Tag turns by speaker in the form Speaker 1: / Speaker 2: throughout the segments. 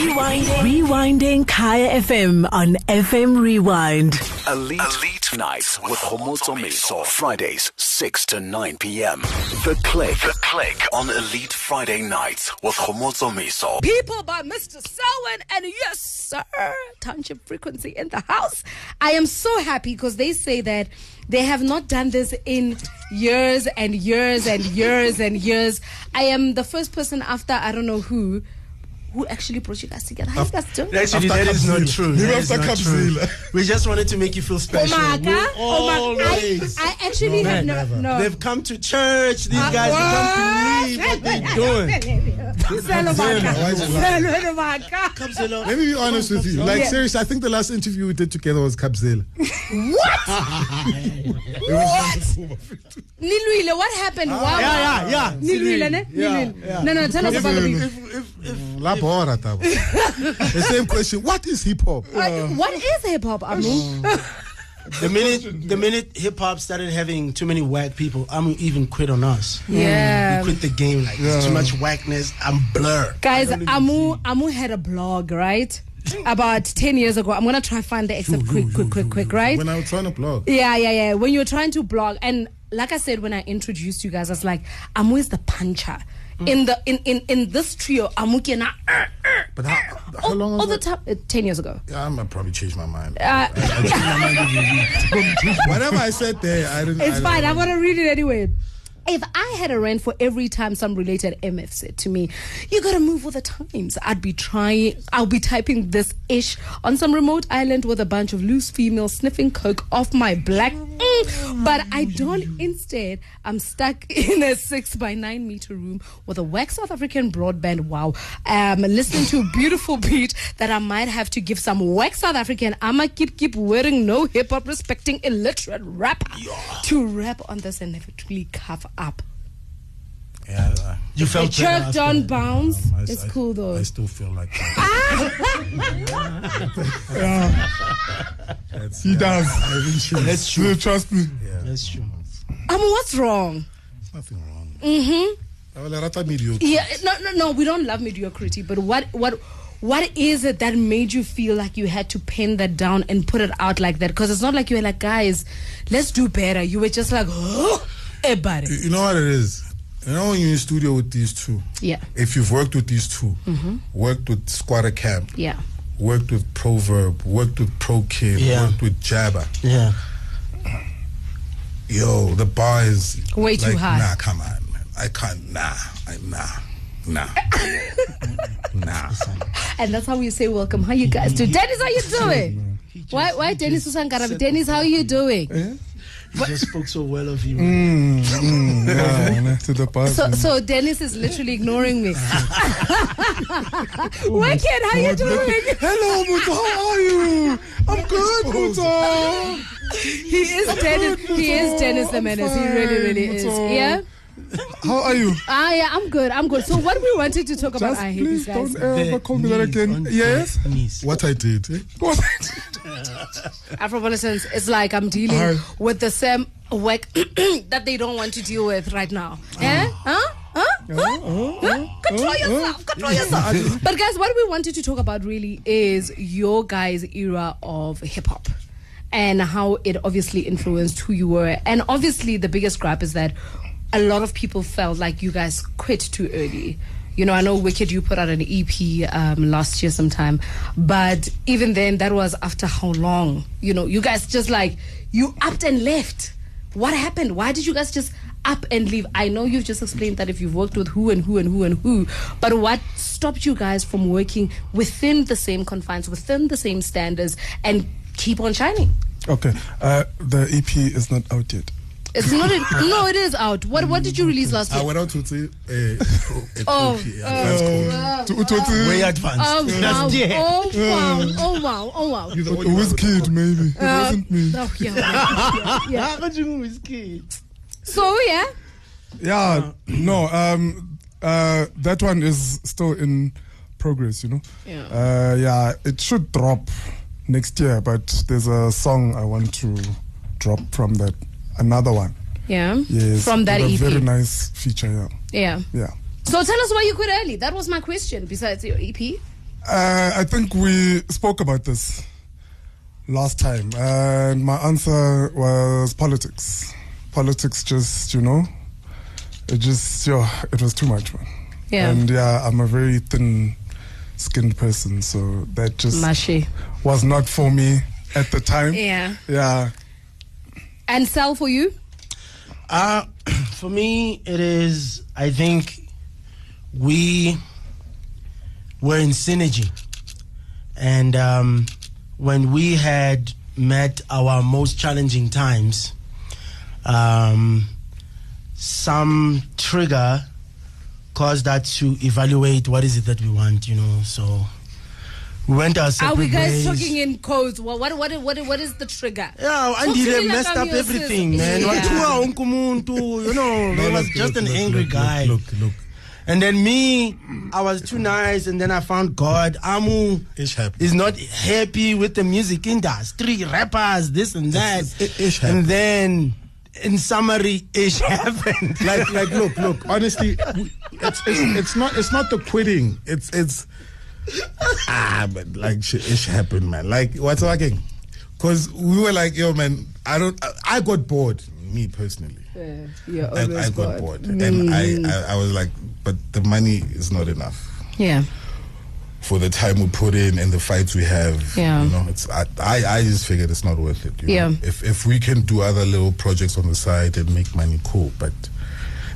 Speaker 1: Rewinding. Rewinding Kaya FM on FM Rewind.
Speaker 2: Elite, Elite Nights with Homoto Meso. Fridays, 6 to 9 p.m. The Click. The Click on Elite Friday Nights with Homoto Meso.
Speaker 3: People by Mr. Selwyn and yes, sir, Township Frequency in the house. I am so happy because they say that they have not done this in years and years and years and years. I am the first person after I don't know who who actually brought you guys together. How you guys doing?
Speaker 4: Actually,
Speaker 5: After
Speaker 4: that is not
Speaker 5: Capzilla.
Speaker 4: true.
Speaker 5: You
Speaker 4: That
Speaker 5: know,
Speaker 4: is
Speaker 5: after
Speaker 4: not true.
Speaker 5: Capzilla.
Speaker 4: We just wanted to make you feel
Speaker 3: Oh
Speaker 4: special.
Speaker 3: Omaka, Omaka. I,
Speaker 5: always-
Speaker 3: I actually have never. No.
Speaker 4: They've come to church. These guys
Speaker 3: What?
Speaker 4: have come to leave. What are they doing?
Speaker 3: Sell Omaka.
Speaker 5: why is it
Speaker 3: Sell Omaka.
Speaker 5: Let me be honest with you. Like,
Speaker 3: Yeah.
Speaker 5: seriously, I think the last interview we did together was Capzilla.
Speaker 3: Nilwile, what happened? wow.
Speaker 4: Yeah, yeah, yeah.
Speaker 3: Nilwile, ne?
Speaker 4: Yeah,
Speaker 3: Nilwile.
Speaker 4: yeah.
Speaker 3: No, no, tell us
Speaker 5: If-
Speaker 3: about the
Speaker 5: if-
Speaker 3: beat.
Speaker 5: La Bora, Thabo. The same question. What is hip hop?
Speaker 3: Uh, what is hip hop, Amu?
Speaker 4: The minute the minute hip hop started having too many whack people, I'm even quit on us.
Speaker 3: yeah.
Speaker 4: We quit the game. Like there's too much whackness. I'm blur.
Speaker 3: Guys, Amu Amu had a blog, right? About 10 years ago. I'm going to try find the excerpt quick, quick, quick, quick, right?
Speaker 5: When I was trying to blog.
Speaker 3: Yeah, yeah, yeah. When you're trying to blog, and like I said when I introduced you guys, I was like, Amu is the puncher. In the in, in in this trio, Amu can uh, uh,
Speaker 5: But how, how
Speaker 3: all,
Speaker 5: long
Speaker 3: all the
Speaker 5: was that?
Speaker 3: time. Uh, Ten years ago.
Speaker 5: Yeah, I'm gonna probably change my mind.
Speaker 3: Uh,
Speaker 5: Whatever I said there, I didn't.
Speaker 3: it's
Speaker 5: I
Speaker 3: fine. I want to read it anyway. If I had a rent for every time some related MF said to me, "You gotta move with the times," I'd be trying. I'll be typing this ish on some remote island with a bunch of loose females sniffing coke off my black. Mm. but I don't. Instead, I'm stuck in a six by nine meter room with a wax South African broadband. Wow, um, listening to a beautiful beat that I might have to give some wax South African. I'ma keep keep wearing no hip hop respecting illiterate rapper to rap on this and eventually cover up.
Speaker 5: Yeah, I-
Speaker 4: You
Speaker 3: A
Speaker 4: felt better
Speaker 3: jerk
Speaker 4: after
Speaker 3: don't
Speaker 4: that.
Speaker 3: bounce.
Speaker 5: I-
Speaker 3: It's
Speaker 5: I-
Speaker 3: cool though.
Speaker 5: I still feel like that.
Speaker 3: Ah!
Speaker 5: That's-
Speaker 6: He
Speaker 5: yeah,
Speaker 6: does.
Speaker 5: I haven't changed.
Speaker 4: That's
Speaker 6: No,
Speaker 4: true.
Speaker 6: trust me.
Speaker 5: Yeah,
Speaker 4: That's true.
Speaker 3: I mean, what's wrong?
Speaker 5: nothing wrong. Mm-hmm. I would rather meet you.
Speaker 3: Yeah, no, no, no. We don't love mediocrity, but what, what, what is it that made you feel like you had to pin that down and put it out like that? Because it's not like you were like, guys, let's do better. You were just like, oh, about
Speaker 5: You-
Speaker 3: it.
Speaker 5: You know what it is? You know when you're in studio with these two?
Speaker 3: Yeah, Mm-hmm.
Speaker 5: If you've worked with these 2 worked with Squatter Camp,
Speaker 3: yeah.
Speaker 5: worked with Proverb, worked with Pro Kid,
Speaker 4: Yeah.
Speaker 5: worked with Jabba,
Speaker 4: Yeah.
Speaker 5: yo, the bar is
Speaker 3: Way too
Speaker 5: like,
Speaker 3: high.
Speaker 5: Nah, come on, man. I can't. Nah, I, nah, nah, nah.
Speaker 3: And that's how we say welcome. How you guys do? Dennis, how you doing? Why, why Dennis Susan Garabi? Dennis, how you doing?
Speaker 4: You just spoke so well of you.
Speaker 5: Mm.
Speaker 6: Hmm, Yeah, to the past.
Speaker 3: So, so Dennis is literally ignoring me. Wicked, how you doing?
Speaker 6: Hello, Muta. How are you? I'm good, Muta.
Speaker 3: He is Dennis. He is Dennis the menace. He really, really is. Yeah.
Speaker 6: How are you?
Speaker 3: Ah, yeah, I'm good. I'm good. So what we wanted to talk about,
Speaker 6: Just
Speaker 3: I hate these
Speaker 6: please
Speaker 3: guys.
Speaker 6: don't ever call me that again. Yes.
Speaker 5: What I did? eh?
Speaker 6: What?
Speaker 3: Afropolitans, it's like I'm dealing
Speaker 6: Aye.
Speaker 3: with the same work that they don't want to deal with right now. Eh? Huh? Huh?
Speaker 6: Uh-huh,
Speaker 3: Huh? Huh? Control yourself. Control yourself. But guys, what we wanted to talk about really is your guys' era of hip hop. And how it obviously influenced who you were. And obviously, the biggest gripe is that a lot of people felt like you guys quit too early. You know, I know Wicked, you put out an EP um, last year sometime, but even then, that was after how long? You know, you guys just like, you upped and left. What happened? Why did you guys just up and leave? I know you've just explained that if you've worked with who and who and who and who, but what stopped you guys from working within the same confines, within the same standards, and keep on shining?
Speaker 6: Okay. Uh, the EP is not out yet.
Speaker 3: It's not, a, no, it is out. What, what did you release last
Speaker 5: I
Speaker 3: year?
Speaker 5: went out to see
Speaker 6: eh,
Speaker 5: a, a
Speaker 3: Oh,
Speaker 5: cookie,
Speaker 3: oh,
Speaker 5: advanced cookie.
Speaker 6: To Utoti.
Speaker 4: Way advanced.
Speaker 3: Oh wow.
Speaker 4: That's yeah.
Speaker 3: oh wow! Oh wow! Oh wow!
Speaker 5: You're the only one
Speaker 6: Who's
Speaker 5: with
Speaker 6: kid? Maybe it
Speaker 3: Uh,
Speaker 6: wasn't me.
Speaker 3: oh, yeah, yeah, yeah.
Speaker 4: How could you move his kid?
Speaker 3: So yeah,
Speaker 6: Yeah. No. Um. Uh. That one is still in progress. You know.
Speaker 3: Yeah.
Speaker 6: Uh. Yeah. It should drop next year, but there's a song I want to drop from that. Another one.
Speaker 3: yeah.
Speaker 6: Yes.
Speaker 3: From that E
Speaker 6: with
Speaker 3: EP.
Speaker 6: a very nice feature. Yeah.
Speaker 3: Yeah.
Speaker 6: Yeah.
Speaker 3: So tell us why you quit early. That was my question. Besides your E EP,
Speaker 6: Uh, I think we spoke about this last time, and my answer was politics. Politics just, you know, it just, yeah, it was too much, man.
Speaker 3: Yeah.
Speaker 6: And yeah, I'm a very thin skinned person, so that just was not for me at the time.
Speaker 3: Yeah.
Speaker 6: Yeah.
Speaker 3: And sell for you?
Speaker 4: Uh, for me, it is. I think we were in synergy, and um, when we had met our most challenging times, um, some trigger caused us to evaluate what is it that we want. You know, so we went our separate
Speaker 3: Are we guys
Speaker 4: ways.
Speaker 3: talking in codes? What what what what, what is the trigger?
Speaker 4: Yeah,
Speaker 3: Talk
Speaker 4: Andy
Speaker 3: to
Speaker 4: they
Speaker 3: me like
Speaker 4: messed
Speaker 3: I'm
Speaker 4: up
Speaker 3: your sis.
Speaker 4: everything, man.
Speaker 3: Yeah.
Speaker 4: Wachua, unkumuntu, you know, he was
Speaker 5: look,
Speaker 4: just
Speaker 5: look,
Speaker 4: an
Speaker 5: look,
Speaker 4: angry
Speaker 5: look,
Speaker 4: guy.
Speaker 5: Look, look,
Speaker 4: And then me, I was too nice, and then I found God. Amu
Speaker 5: Ish happened.
Speaker 4: is not happy with the music industry, rappers, this and that.
Speaker 5: It's- it's- ish
Speaker 4: and
Speaker 5: happened.
Speaker 4: then, in summary, ish happened.
Speaker 5: like, like, look, look. Honestly, we- it's, it's it's not it's not the quitting. It's it's ah, but like shit, it happened, man. Like what's working? Because we were like, yo, man, I don't. I, I got bored, me personally.
Speaker 3: Yeah,
Speaker 5: I, I got bored, and I, I I was like, but the money is not enough.
Speaker 3: Yeah.
Speaker 5: for the time we put in and the fights we have.
Speaker 3: Yeah.
Speaker 5: You know, it's I, I, I just figured it's not worth it. you know.
Speaker 3: Yeah.
Speaker 5: If if we can do other little projects on the side and make money, cool. But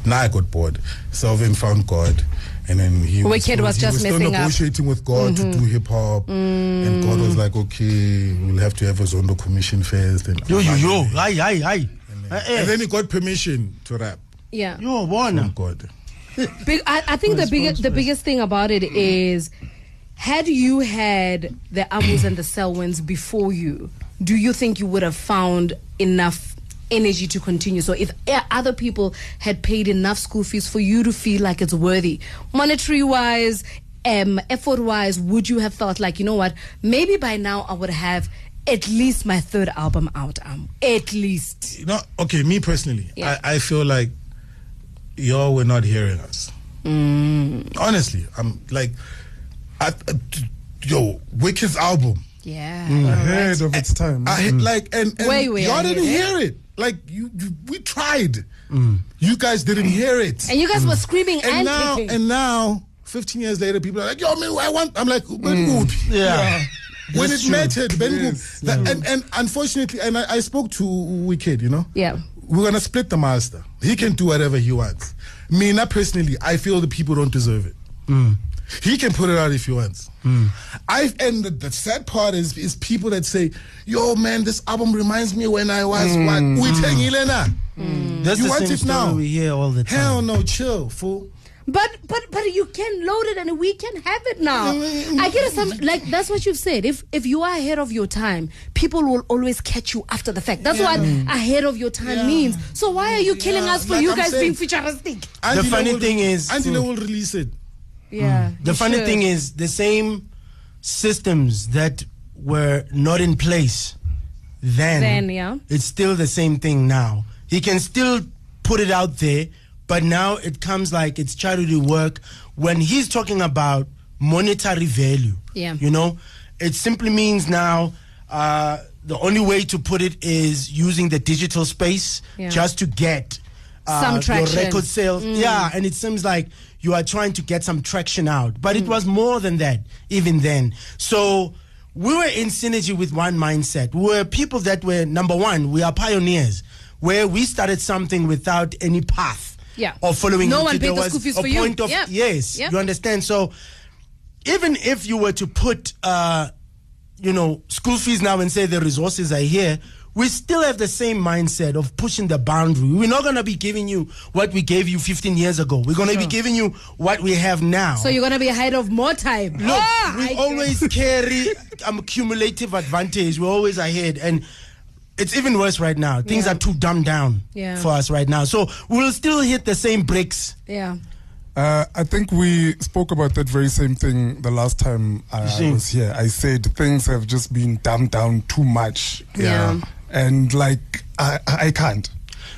Speaker 5: now I got bored. Selvin found God. And then he
Speaker 3: Wicked was
Speaker 5: he
Speaker 3: just
Speaker 5: was still
Speaker 3: messing up. Mm-hmm. Mm.
Speaker 5: negotiating with God to do hip hop, and God was like, "Okay, we'll have to have a Zondo commission first. And
Speaker 4: yo, yo, Eh, yo, ay, ay, ay.
Speaker 5: and then he got permission to rap.
Speaker 3: Yeah.
Speaker 4: Yo,
Speaker 5: Oh
Speaker 4: Warner.
Speaker 5: God,
Speaker 3: Big, I, I think the biggest the biggest thing about it is, had you had the Amus and the Selwyns before you, do you think you would have found enough energy to continue? So if e- other people had paid enough school fees for you to feel like it's worthy, monetary wise, um, effort wise, would you have felt like you know what? Maybe by now I would have at least my third album out. Um, at least.
Speaker 5: you know, okay, me personally,
Speaker 3: Yeah.
Speaker 5: I, I feel like y'all were not hearing us.
Speaker 3: Mm.
Speaker 5: Honestly, I'm like, I, uh, t- yo, Wicked's album,
Speaker 3: Yeah.
Speaker 6: Mm. Ahead of its time.
Speaker 5: I
Speaker 4: Mm.
Speaker 5: hit like, and, and
Speaker 3: Way, way
Speaker 5: y'all
Speaker 3: ahead,
Speaker 5: didn't
Speaker 3: eh?
Speaker 5: hear it. Like, you, you we tried.
Speaker 4: Mm.
Speaker 5: You guys didn't hear it.
Speaker 3: And you guys were screaming and,
Speaker 5: And now,
Speaker 3: kicking.
Speaker 5: and now, 15 years later, people are like, yo, man, I want, I'm like, Ben Good.
Speaker 4: Mm. Yeah.
Speaker 5: When
Speaker 4: That's
Speaker 5: it
Speaker 4: true.
Speaker 5: mattered, Ben Good.
Speaker 6: Yes,
Speaker 5: That- and, and unfortunately, and I, I spoke to Wicked, you know?
Speaker 3: Yeah.
Speaker 5: we're gonna split the master. He can do whatever he wants. Me, not personally, I feel the people don't deserve it.
Speaker 4: Mm.
Speaker 5: He can put it out if he wants. I and the, the sad part is is people that say, "Yo, man, this album reminds me when I was what we take Elena."
Speaker 4: Mm. That's
Speaker 5: You
Speaker 4: the
Speaker 5: want
Speaker 4: same
Speaker 5: it
Speaker 4: story
Speaker 5: now?
Speaker 4: we hear all the time.
Speaker 5: Hell no, chill, fool.
Speaker 3: But but but you can load it and we can have it now.
Speaker 5: Mm.
Speaker 3: I get some like that's what you've said. If if you are ahead of your time, people will always catch you after the fact. That's what ahead of your time means. So why are you killing us for
Speaker 5: Mm. Like
Speaker 3: you
Speaker 5: I'm
Speaker 3: guys being
Speaker 5: saying-
Speaker 3: futuristic?
Speaker 5: Andy Lau
Speaker 4: funny
Speaker 5: will-
Speaker 4: thing is-
Speaker 5: Andy Lau will release it.
Speaker 3: Yeah.
Speaker 4: The funny thing is, the same systems that were not in place then,
Speaker 3: Then, yeah.
Speaker 4: it's still the same thing now. He can still put it out there, but now it comes like it's charity work when he's talking about monetary value.
Speaker 3: Yeah.
Speaker 4: You know, it simply means now uh, the only way to put it is using the digital space
Speaker 3: Yeah.
Speaker 4: just to get. Uh,
Speaker 3: Some
Speaker 4: your
Speaker 3: traction. Mm.
Speaker 4: record sales. Yeah, and it seems like you are trying to get some traction out. But
Speaker 3: Mm.
Speaker 4: it was more than that, even then. So we were in synergy with one mindset. We were people that were, number one, we are pioneers, where we started something without any path.
Speaker 3: Yeah.
Speaker 4: Or following
Speaker 3: No
Speaker 4: it.
Speaker 3: one
Speaker 4: There
Speaker 3: paid the
Speaker 4: was
Speaker 3: school fees
Speaker 4: a
Speaker 3: for you.
Speaker 4: Point of,
Speaker 3: Yeah.
Speaker 4: Yes.
Speaker 3: Yeah.
Speaker 4: You understand? So even if you were to put uh, you know school fees now and say the resources are here we still have the same mindset of pushing the boundary we're not going to be giving you what we gave you 15 years ago we're going to be giving you what we have now
Speaker 3: So you're gonna be ahead of more time.
Speaker 4: Look,
Speaker 3: Ah, I
Speaker 4: we
Speaker 3: get-
Speaker 4: always carry um, cumulative advantage. We're always ahead, and it's even worse right now. Things
Speaker 3: Yeah.
Speaker 4: are too dumbed down
Speaker 3: Yeah.
Speaker 4: for us right now. So we'll still hit the same bricks.
Speaker 3: Yeah.
Speaker 6: Uh, I think we spoke about that very same thing the last time I
Speaker 4: see.
Speaker 6: was here. I said things have just been dumbed down too much.
Speaker 3: Yeah. Yeah.
Speaker 6: And like, I, I can't.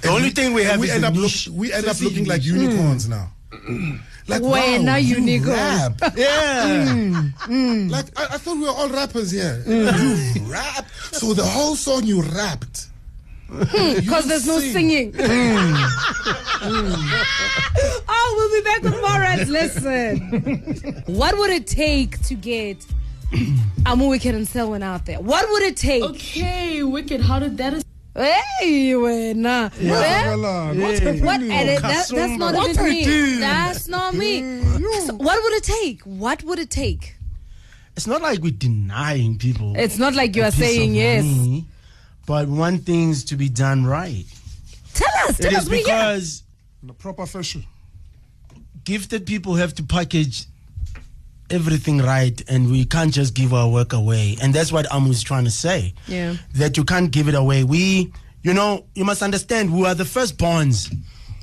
Speaker 4: The only thing we have
Speaker 5: we
Speaker 4: is
Speaker 5: end
Speaker 4: the
Speaker 5: up
Speaker 4: niche. mm.
Speaker 5: look, we end up
Speaker 4: Sissy
Speaker 5: looking like
Speaker 4: niche.
Speaker 5: unicorns now. Like,
Speaker 3: Where
Speaker 5: wow,
Speaker 3: now you nigga?
Speaker 5: rap.
Speaker 4: Yeah.
Speaker 5: Like, I, I thought we were all rappers here.
Speaker 6: Mm.
Speaker 5: You rap. So the whole song you rapped.
Speaker 3: Because Hmm, there's no
Speaker 5: sing.
Speaker 3: singing.
Speaker 4: Mm.
Speaker 3: oh, we'll be back with more rants. Listen, what would it take to get Amu Wicked and Selwyn out there? What would it take?
Speaker 7: Okay, wicked. How did that?
Speaker 3: Hey, wena. Eh?
Speaker 6: What's happening?
Speaker 3: What edit? That, that's not
Speaker 6: What
Speaker 3: even
Speaker 6: I
Speaker 3: me.
Speaker 6: did?
Speaker 3: That's not me.
Speaker 4: Mm.
Speaker 3: So what would it take? What would it take?
Speaker 4: It's not like we're denying people.
Speaker 3: It's not like you
Speaker 4: a
Speaker 3: are
Speaker 4: piece
Speaker 3: saying
Speaker 4: of
Speaker 3: yes.
Speaker 4: money, but we want things to be done right.
Speaker 3: Tell us. Tell
Speaker 4: It
Speaker 3: us.
Speaker 4: is
Speaker 3: We here.
Speaker 4: because
Speaker 6: In a proper fashion.
Speaker 4: gifted people have to package everything right and we can't just give our work away and that's what amu is trying to say
Speaker 3: Yeah.
Speaker 4: that you can't give it away we you know you must understand we are the firstborns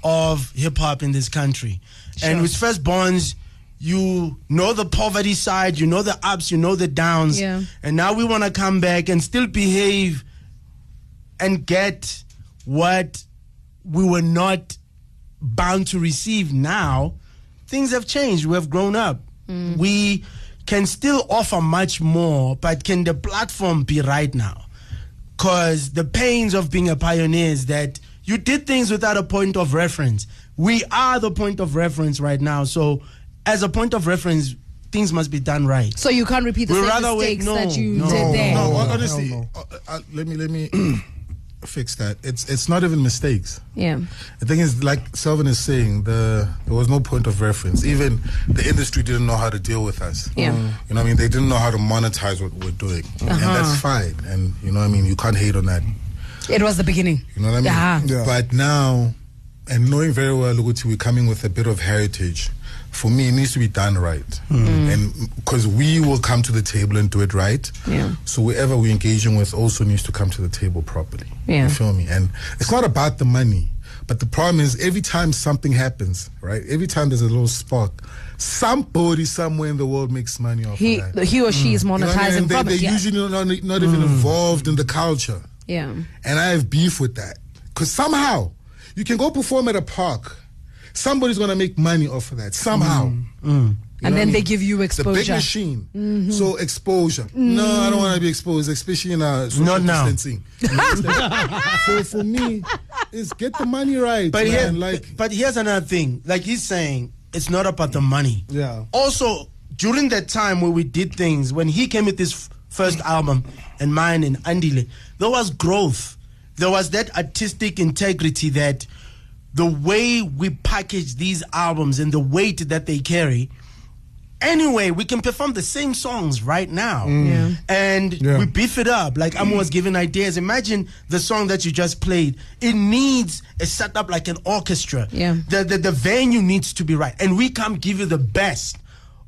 Speaker 4: of hip-hop in this country and with firstborns you know the poverty side you know the ups you know the downs
Speaker 3: Yeah.
Speaker 4: and now we want to come back and still behave and get what we were not bound to receive now, things have changed. We have grown up. We can still offer much more, but can the platform be right now? Because the pains of being a pioneer is that you did things without a point of reference. We are the point of reference right now. So, as a point of reference, things must be done right.
Speaker 3: So you can't repeat the
Speaker 4: We'd
Speaker 3: same
Speaker 4: rather wait.
Speaker 3: mistakes
Speaker 4: No,
Speaker 3: that you
Speaker 4: no,
Speaker 3: did there.
Speaker 5: Oh, No,
Speaker 6: no,
Speaker 5: hon-
Speaker 6: no,
Speaker 5: honestly,
Speaker 6: Oh, hell
Speaker 5: uh, uh, let me let me fix that. It's it's not even mistakes.
Speaker 3: Yeah.
Speaker 5: The thing is, like Selvin is saying, the there was no point of reference. Even the industry didn't know how to deal with us.
Speaker 3: Yeah.
Speaker 5: You know what I mean? They didn't know how to monetize what we're doing, and
Speaker 3: Uh-huh.
Speaker 5: that's fine. And you know what I mean? You can't hate on that.
Speaker 3: It was the beginning.
Speaker 5: You know what I mean?
Speaker 3: Yeah.
Speaker 6: Yeah.
Speaker 5: But now, and knowing very well, Luguti, we're coming with a bit of heritage. For me, it needs to be done right,
Speaker 3: Hmm.
Speaker 5: and because we will come to the table and do it right.
Speaker 3: Yeah.
Speaker 5: So whoever we're engaging with also needs to come to the table properly.
Speaker 3: Yeah.
Speaker 5: You feel me? And it's not about the money, but the problem is every time something happens, right? Every time there's a little spark, somebody somewhere in the world makes money off
Speaker 3: He,
Speaker 5: of that.
Speaker 3: he or she is
Speaker 5: Mm. You know what I mean?
Speaker 3: monetizing
Speaker 5: And they,
Speaker 3: from
Speaker 5: they're
Speaker 3: it. Yeah. Hmm.
Speaker 5: usually not, not even involved in the culture
Speaker 3: yeah.
Speaker 5: and I have beef with that. Because somehow you can go perform at a park, somebody's gonna make money off of that somehow. You know
Speaker 3: Mm, And
Speaker 5: what
Speaker 3: then they
Speaker 5: I mean?
Speaker 3: give you
Speaker 5: It's a big
Speaker 3: exposure. Mm-hmm.
Speaker 5: machine. So exposure. No, I don't want to be exposed, especially in uh, social
Speaker 4: Not now.
Speaker 5: distancing. so for me, is get the money right,
Speaker 4: But here,
Speaker 5: man. like
Speaker 4: but here's another thing. Like he's saying, it's not about the money.
Speaker 6: Yeah.
Speaker 4: Also, during that time when we did things, when he came with his f- first album and mine and Andile, there was growth. There was that artistic integrity that the way we package these albums and the weight that they carry. Anyway, we can perform the same songs right now, and
Speaker 6: Yeah.
Speaker 4: we beef it up. Like Amu was giving ideas. Imagine the song that you just played. It needs a setup like an orchestra.
Speaker 3: Yeah.
Speaker 4: The, the the venue needs to be right, and we come give you the best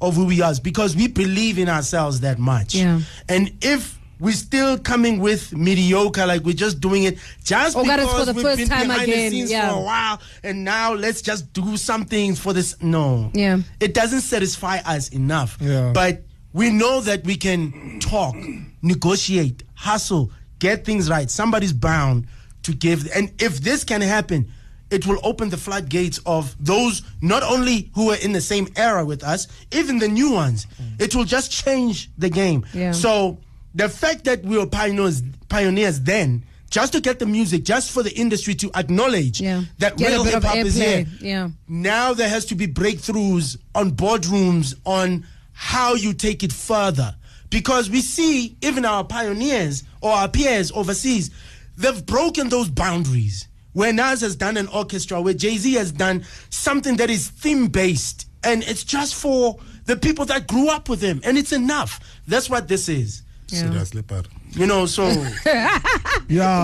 Speaker 4: of who we are because we believe in ourselves that much.
Speaker 3: Yeah.
Speaker 4: And if we're still coming with mediocre, like we're just doing it just
Speaker 3: Oh, God, it's
Speaker 4: because
Speaker 3: for the
Speaker 4: we've
Speaker 3: first
Speaker 4: been
Speaker 3: time
Speaker 4: behind
Speaker 3: again.
Speaker 4: the scenes
Speaker 3: Yeah.
Speaker 4: for a while, and now let's just do some things for this. No.
Speaker 3: Yeah.
Speaker 4: It doesn't satisfy us enough.
Speaker 6: Yeah.
Speaker 4: But but we know that we can talk, negotiate, hustle, get things right. Somebody's bound to give. And if this can happen, it will open the floodgates of those not only who are in the same era with us, even the new ones. It will just change the game.
Speaker 3: Yeah.
Speaker 4: So the fact that we were pioneers, pioneers then, just to get the music, just for the industry to acknowledge
Speaker 3: Yeah.
Speaker 4: that
Speaker 3: Get a
Speaker 4: real
Speaker 3: bit
Speaker 4: hip
Speaker 3: of
Speaker 4: hop is here.
Speaker 3: airplay. Yeah.
Speaker 4: Now there has to be breakthroughs on boardrooms on how you take it further. Because we see even our pioneers or our peers overseas, they've broken those boundaries. Where Nas has done an orchestra, where Jay Z has done something that is theme based. And it's just for the people that grew up with him. And it's enough. That's what this is.
Speaker 5: so that's leopard.
Speaker 4: You know, so
Speaker 6: Yeah.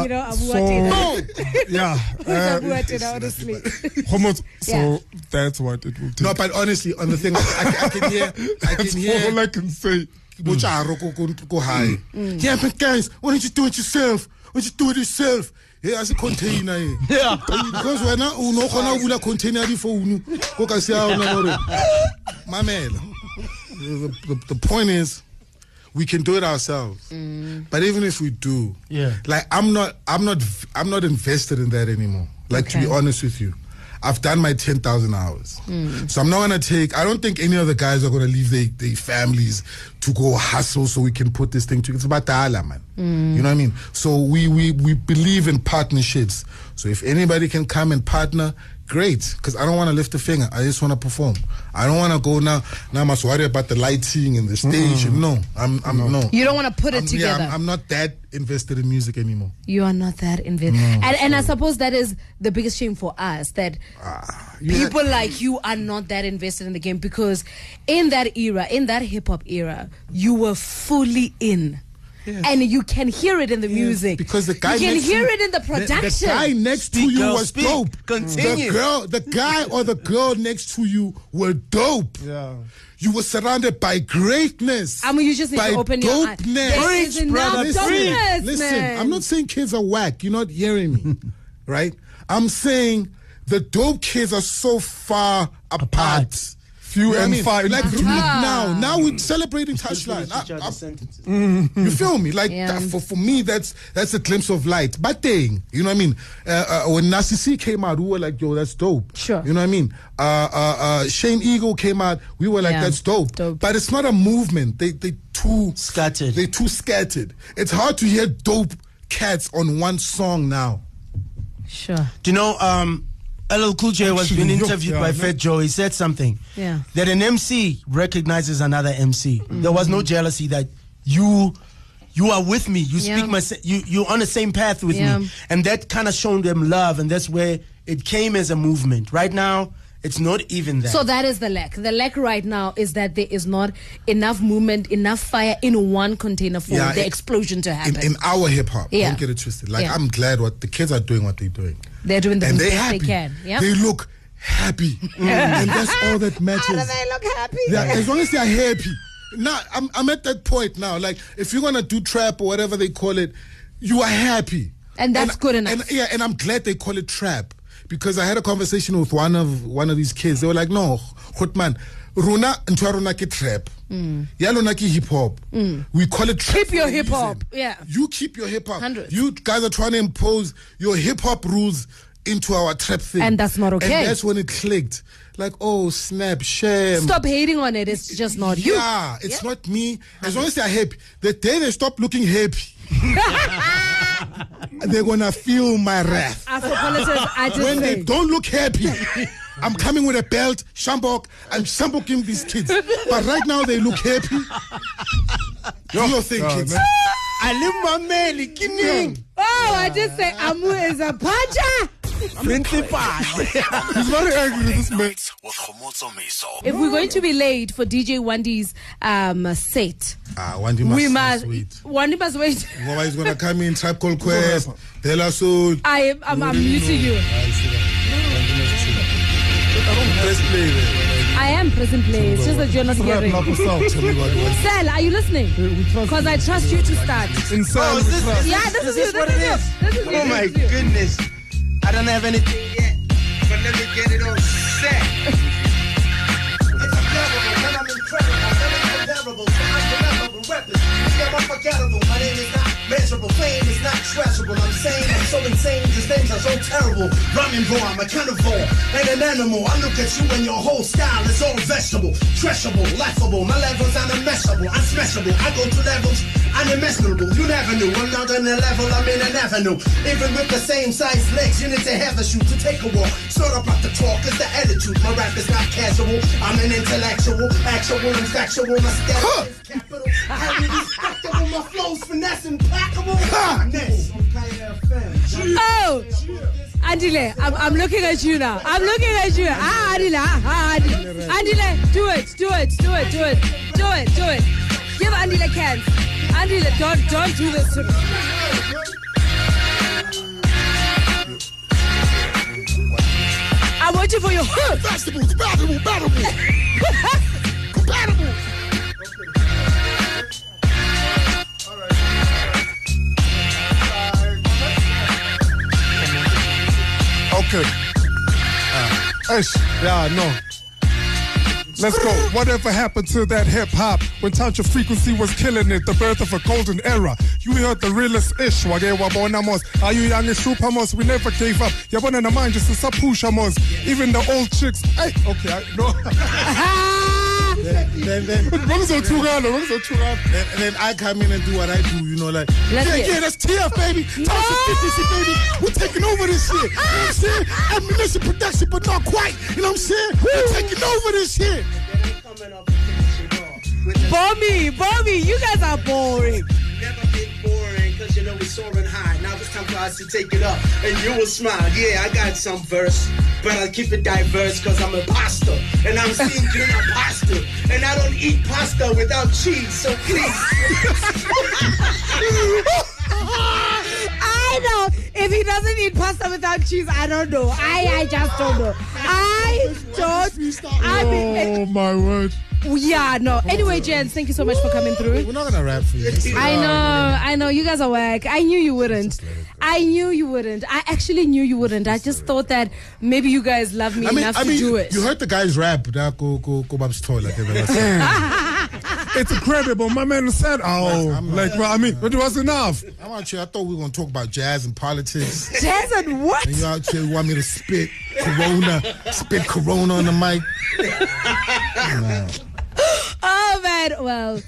Speaker 3: You know, Abu
Speaker 6: so,
Speaker 3: Atela.
Speaker 6: yeah. uh, Homot-
Speaker 3: Yeah.
Speaker 6: So that's what it will take.
Speaker 5: No, but honestly, on the thing I, I, I can hear I
Speaker 6: that's
Speaker 5: can hear
Speaker 6: all I can say. Mm.
Speaker 5: Bocharo go, go, go high. Yeah, but guys, why don't you do it yourself? Why don't you do it yourself? Hey, as a container. eh.
Speaker 4: Yeah.
Speaker 5: Because when I uno kona ula container di phone, go ka sia ona gore. Mamela. The, the, the point is we can do it ourselves.
Speaker 6: Mm.
Speaker 5: But even if we do,
Speaker 4: Yeah.
Speaker 5: like I'm not I'm not I'm not invested in that anymore. Like to be
Speaker 3: Okay.
Speaker 5: honest with you. I've done my 10,000 hours. So I'm not going to take, I don't think any of the guys are going to leave their, their families to go hustle so we can put this thing to It's about ta'ala, man. You know what I mean? So we, we, we believe in partnerships. So if anybody can come and partner, great. Because I don't want to lift a finger. I just want to perform. I don't want to go now, now I must worry about the lighting and the stage. No, I'm, I'm, no.
Speaker 3: You don't want to put it
Speaker 5: I'm-
Speaker 3: together.
Speaker 5: Yeah, I'm, I'm not that invested in music anymore.
Speaker 3: you are not that invested. and, and I suppose that is the biggest shame for us that
Speaker 5: yeah.
Speaker 3: people like you are not that invested in the game because in that era, in that hip hop era, you were fully in. And you can hear it in the music.
Speaker 5: Because the guy
Speaker 3: you can
Speaker 5: next
Speaker 3: hear
Speaker 5: to,
Speaker 3: it in the
Speaker 5: the-
Speaker 3: production.
Speaker 5: The, guy next to
Speaker 4: Speak,
Speaker 5: you
Speaker 4: girl,
Speaker 5: was
Speaker 4: speak.
Speaker 5: dope.
Speaker 4: Continue.
Speaker 5: The girl, the guy or the girl next to you were dope. Yeah. You were surrounded by greatness.
Speaker 3: I mean, you just need
Speaker 5: by
Speaker 3: to open your eyes.
Speaker 5: dopeness.
Speaker 3: There is Preach, enough brother,
Speaker 5: Listen,
Speaker 3: dopeness,
Speaker 5: listen,
Speaker 3: man.
Speaker 5: I'm not saying kids are whack. You're not hearing me, right? I'm saying the dope kids are so far apart.
Speaker 6: Few
Speaker 5: You know what I
Speaker 6: and
Speaker 5: mean?
Speaker 6: far in
Speaker 5: Like
Speaker 6: between.
Speaker 5: look now, now we're celebrating touchline. Ah, I- I- you feel me? Like
Speaker 3: Yeah.
Speaker 5: that- for, for me, that's that's a glimpse of light. But thing, you know what I mean? Uh, uh, when Nasty C came out, we were like, "Yo, that's dope."
Speaker 3: Sure.
Speaker 5: You know what I mean? Uh, uh, uh, Shane Eagle came out, we were like,
Speaker 3: Yeah.
Speaker 5: "That's dope."
Speaker 3: Dope.
Speaker 5: But it's not a movement. They they too
Speaker 4: Scattered.
Speaker 5: They too scattered. It's hard to hear dope cats on one song now.
Speaker 3: sure.
Speaker 4: Do you know, um, LL Cool J was being interviewed by Fat Joe. He said something.
Speaker 3: Yeah. Mm.
Speaker 4: That an MC recognizes another MC. There was no jealousy that you you are with me. You
Speaker 3: Yeah.
Speaker 4: speak my sa- you you're on the same path with
Speaker 3: Yeah.
Speaker 4: me. And that kind of shown them love and that's where it came as a movement. Right now, it's not even that.
Speaker 3: So that is the lack. The lack right now is that there is not enough movement, enough fire in one container for
Speaker 5: Yeah,
Speaker 3: the
Speaker 5: it-
Speaker 3: explosion to happen.
Speaker 5: In, in our hip hop,
Speaker 3: Yeah.
Speaker 5: don't get it twisted. Like
Speaker 3: Yeah.
Speaker 5: I'm glad what the kids are doing, what they're doing.
Speaker 3: They're doing the
Speaker 5: and
Speaker 3: best
Speaker 5: they
Speaker 3: they
Speaker 5: happy.
Speaker 3: can. Yep.
Speaker 5: They look happy, and that's all that matters. they look happy? as long as they're happy. Now I'm I'm at that point now. Like if you're gonna do trap or whatever they call it, you are happy,
Speaker 3: And that's good enough.
Speaker 5: and- yeah, and I'm glad they call it trap because I had a conversation with one of one of these kids. They were like, "No, Hotman, Runa and Runa ke trap,
Speaker 3: Mm.
Speaker 5: yeah, Runa ke hip hop. We call it trap.
Speaker 3: Keep
Speaker 5: for
Speaker 3: your
Speaker 5: a
Speaker 3: hip hop,
Speaker 5: reason.
Speaker 3: yeah.
Speaker 5: you keep your hip hop.
Speaker 3: Hundred.
Speaker 5: You guys are trying to impose your hip hop rules." Into our trap thing,
Speaker 3: And that's not okay.
Speaker 5: And that's when it clicked, like, oh snap, shame.
Speaker 3: Stop hating on it. It's just not you.
Speaker 5: Yeah, it's not me. As long as they're happy, the day they stop looking happy, they're gonna feel my wrath.
Speaker 3: I apologize. I just
Speaker 5: When they
Speaker 3: say-
Speaker 5: don't look happy, I'm coming with a belt, shambok, I'm shamboking these kids. But right now they look happy. Do your thing, kids.
Speaker 4: Alimameli Kining
Speaker 3: Oh, I just say Amu is a pacha.
Speaker 4: Principal.
Speaker 2: He's very angry with this man. With Homotso Meso.
Speaker 3: If we're going to be late for DJ Wandy's um, set,
Speaker 5: Ah, one day
Speaker 3: we must.
Speaker 5: must, must wait.
Speaker 3: Wandy must wait.
Speaker 5: Ngoba he's gonna come in, Tribe Called Quest, Dela Soul.
Speaker 3: I am. I'm, I'm muting you.
Speaker 5: Ah, Let's play there.
Speaker 3: I am present play. It's just that you're not hearing. Sel, are you listening? Because I trust you to start.
Speaker 4: Oh, is this, is
Speaker 3: Yeah,
Speaker 4: this-
Speaker 3: this is you,
Speaker 4: this what
Speaker 3: this
Speaker 4: it
Speaker 3: is you,
Speaker 4: is?
Speaker 3: this is you,
Speaker 4: oh
Speaker 3: this
Speaker 4: my
Speaker 3: is you.
Speaker 4: goodness. I don't have anything yet, but let me get it all set. It's unbearable, and I'm incredible. I'm unbearable, so I'm unbearable rappers. Yeah, I'm forgettable. My name is not measurable. Fame is not traceable. I'm saying I'm so insane. These things are so terrible. Running raw, I'm a carnivore and an animal. I look at you and your whole style is all vegetable, treshable, laughable. My levels unmessable, unsmashable. I go to levels unimaginable. You never knew. I'm not on the level. I'm in an avenue. Even with the same size legs, you need to have a shoe to take a walk. Sort of about the talk is the attitude. My rap is not casual. I'm an intellectual, actual, and factual. My status is capital. Highly respectable. My flow's finesse impeccable. Next on Kaya FM.
Speaker 3: Oh, Andile, I'm, I'm looking at you now. I'm looking at you. Ah, Andile, ah, ah, Andile. Andile, do it, do it, do it, do it, do it, do it. Give Andile cans. Andile, don't, don't do this to me. I'm waiting for you.
Speaker 5: Vegetables, battle, battle.
Speaker 6: Uh, Okay. Eish. Yeah, no. Let's go. Whatever happened to that hip hop? When Tantra Frequency was killing it, the birth of a golden era. You heard the realest ish. Wage wabona mos. Are you young mos? We never gave up. Yabona na mind just a sapusha mos. Even the old chicks. Hey, okay, I no.
Speaker 5: Then, then,
Speaker 6: Vamzothukana, vamzothukana.
Speaker 5: and, and then I come in and do what I do, you know, like
Speaker 3: Let's
Speaker 5: yeah,
Speaker 3: get-
Speaker 5: yeah, that's TF baby, Thompson Frequency baby, we're taking over this shit. You know what I'm saying? Ammunition production, but not quite. You know what I'm saying? We're taking over this shit.
Speaker 1: Bobby, Bobby, you guys are boring.
Speaker 8: Never get boring, cause you know we're soaring high. Now it's time for us to take it up, and you will smile. Yeah, I got some verse, but I keep it diverse, cause I'm a pasta, and I'm seeing green pasta, and I don't eat pasta without cheese, so please.
Speaker 1: I know. If he doesn't eat pasta without cheese, I don't know. I, I just don't know. I don't. I mean,
Speaker 6: Oh my word.
Speaker 3: Yeah, no. Anyway, Jens, thank you so much for coming through.
Speaker 5: We're not gonna rap for you.
Speaker 3: I know, I know. You guys are whack. I knew you wouldn't. I knew you wouldn't. I actually knew you wouldn't. I just thought that maybe you guys love me
Speaker 5: I mean,
Speaker 3: enough
Speaker 5: I
Speaker 3: to
Speaker 5: mean,
Speaker 3: do it.
Speaker 5: you heard the guys rap. Now go, go, go, Bob's toilet. they were like,
Speaker 6: It's incredible. My man said, oh, like, well, I mean, it was enough.
Speaker 5: I'm out here. I thought we were gonna talk about jazz and politics.
Speaker 1: Jazz and what?
Speaker 5: And you out here, you want me to spit Corona, spit Corona on the mic?
Speaker 3: Oh man. Well,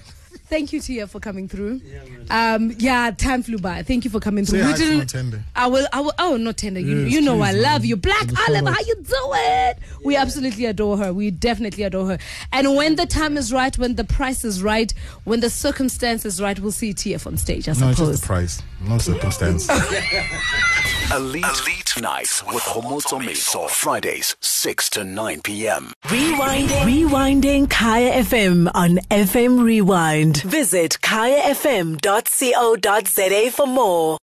Speaker 3: thank you, Tia, for coming through. Yeah, um, yeah, time flew by. Thank you for coming through.
Speaker 5: Say
Speaker 3: We
Speaker 5: hi to
Speaker 3: didn't-
Speaker 5: my tender.
Speaker 3: I will. I will. Oh, not tender. You,
Speaker 6: Yes,
Speaker 3: you know I
Speaker 6: please,
Speaker 3: love
Speaker 6: man.
Speaker 3: you, Black
Speaker 6: Thank you so
Speaker 3: Oliver.
Speaker 6: much.
Speaker 3: how you doing? We absolutely adore her. We definitely adore her. And when the time is right, when the price is right, when the circumstance is right, we'll see TF on stage. I
Speaker 5: No, it's just
Speaker 3: suppose.
Speaker 5: the price, no circumstance.
Speaker 2: Elite, Elite Nights with Homoto Meso. Fridays, 6 to 9 p.m.
Speaker 1: Rewinding Kaya FM on FM Rewind. Visit kayafm.co.za for more.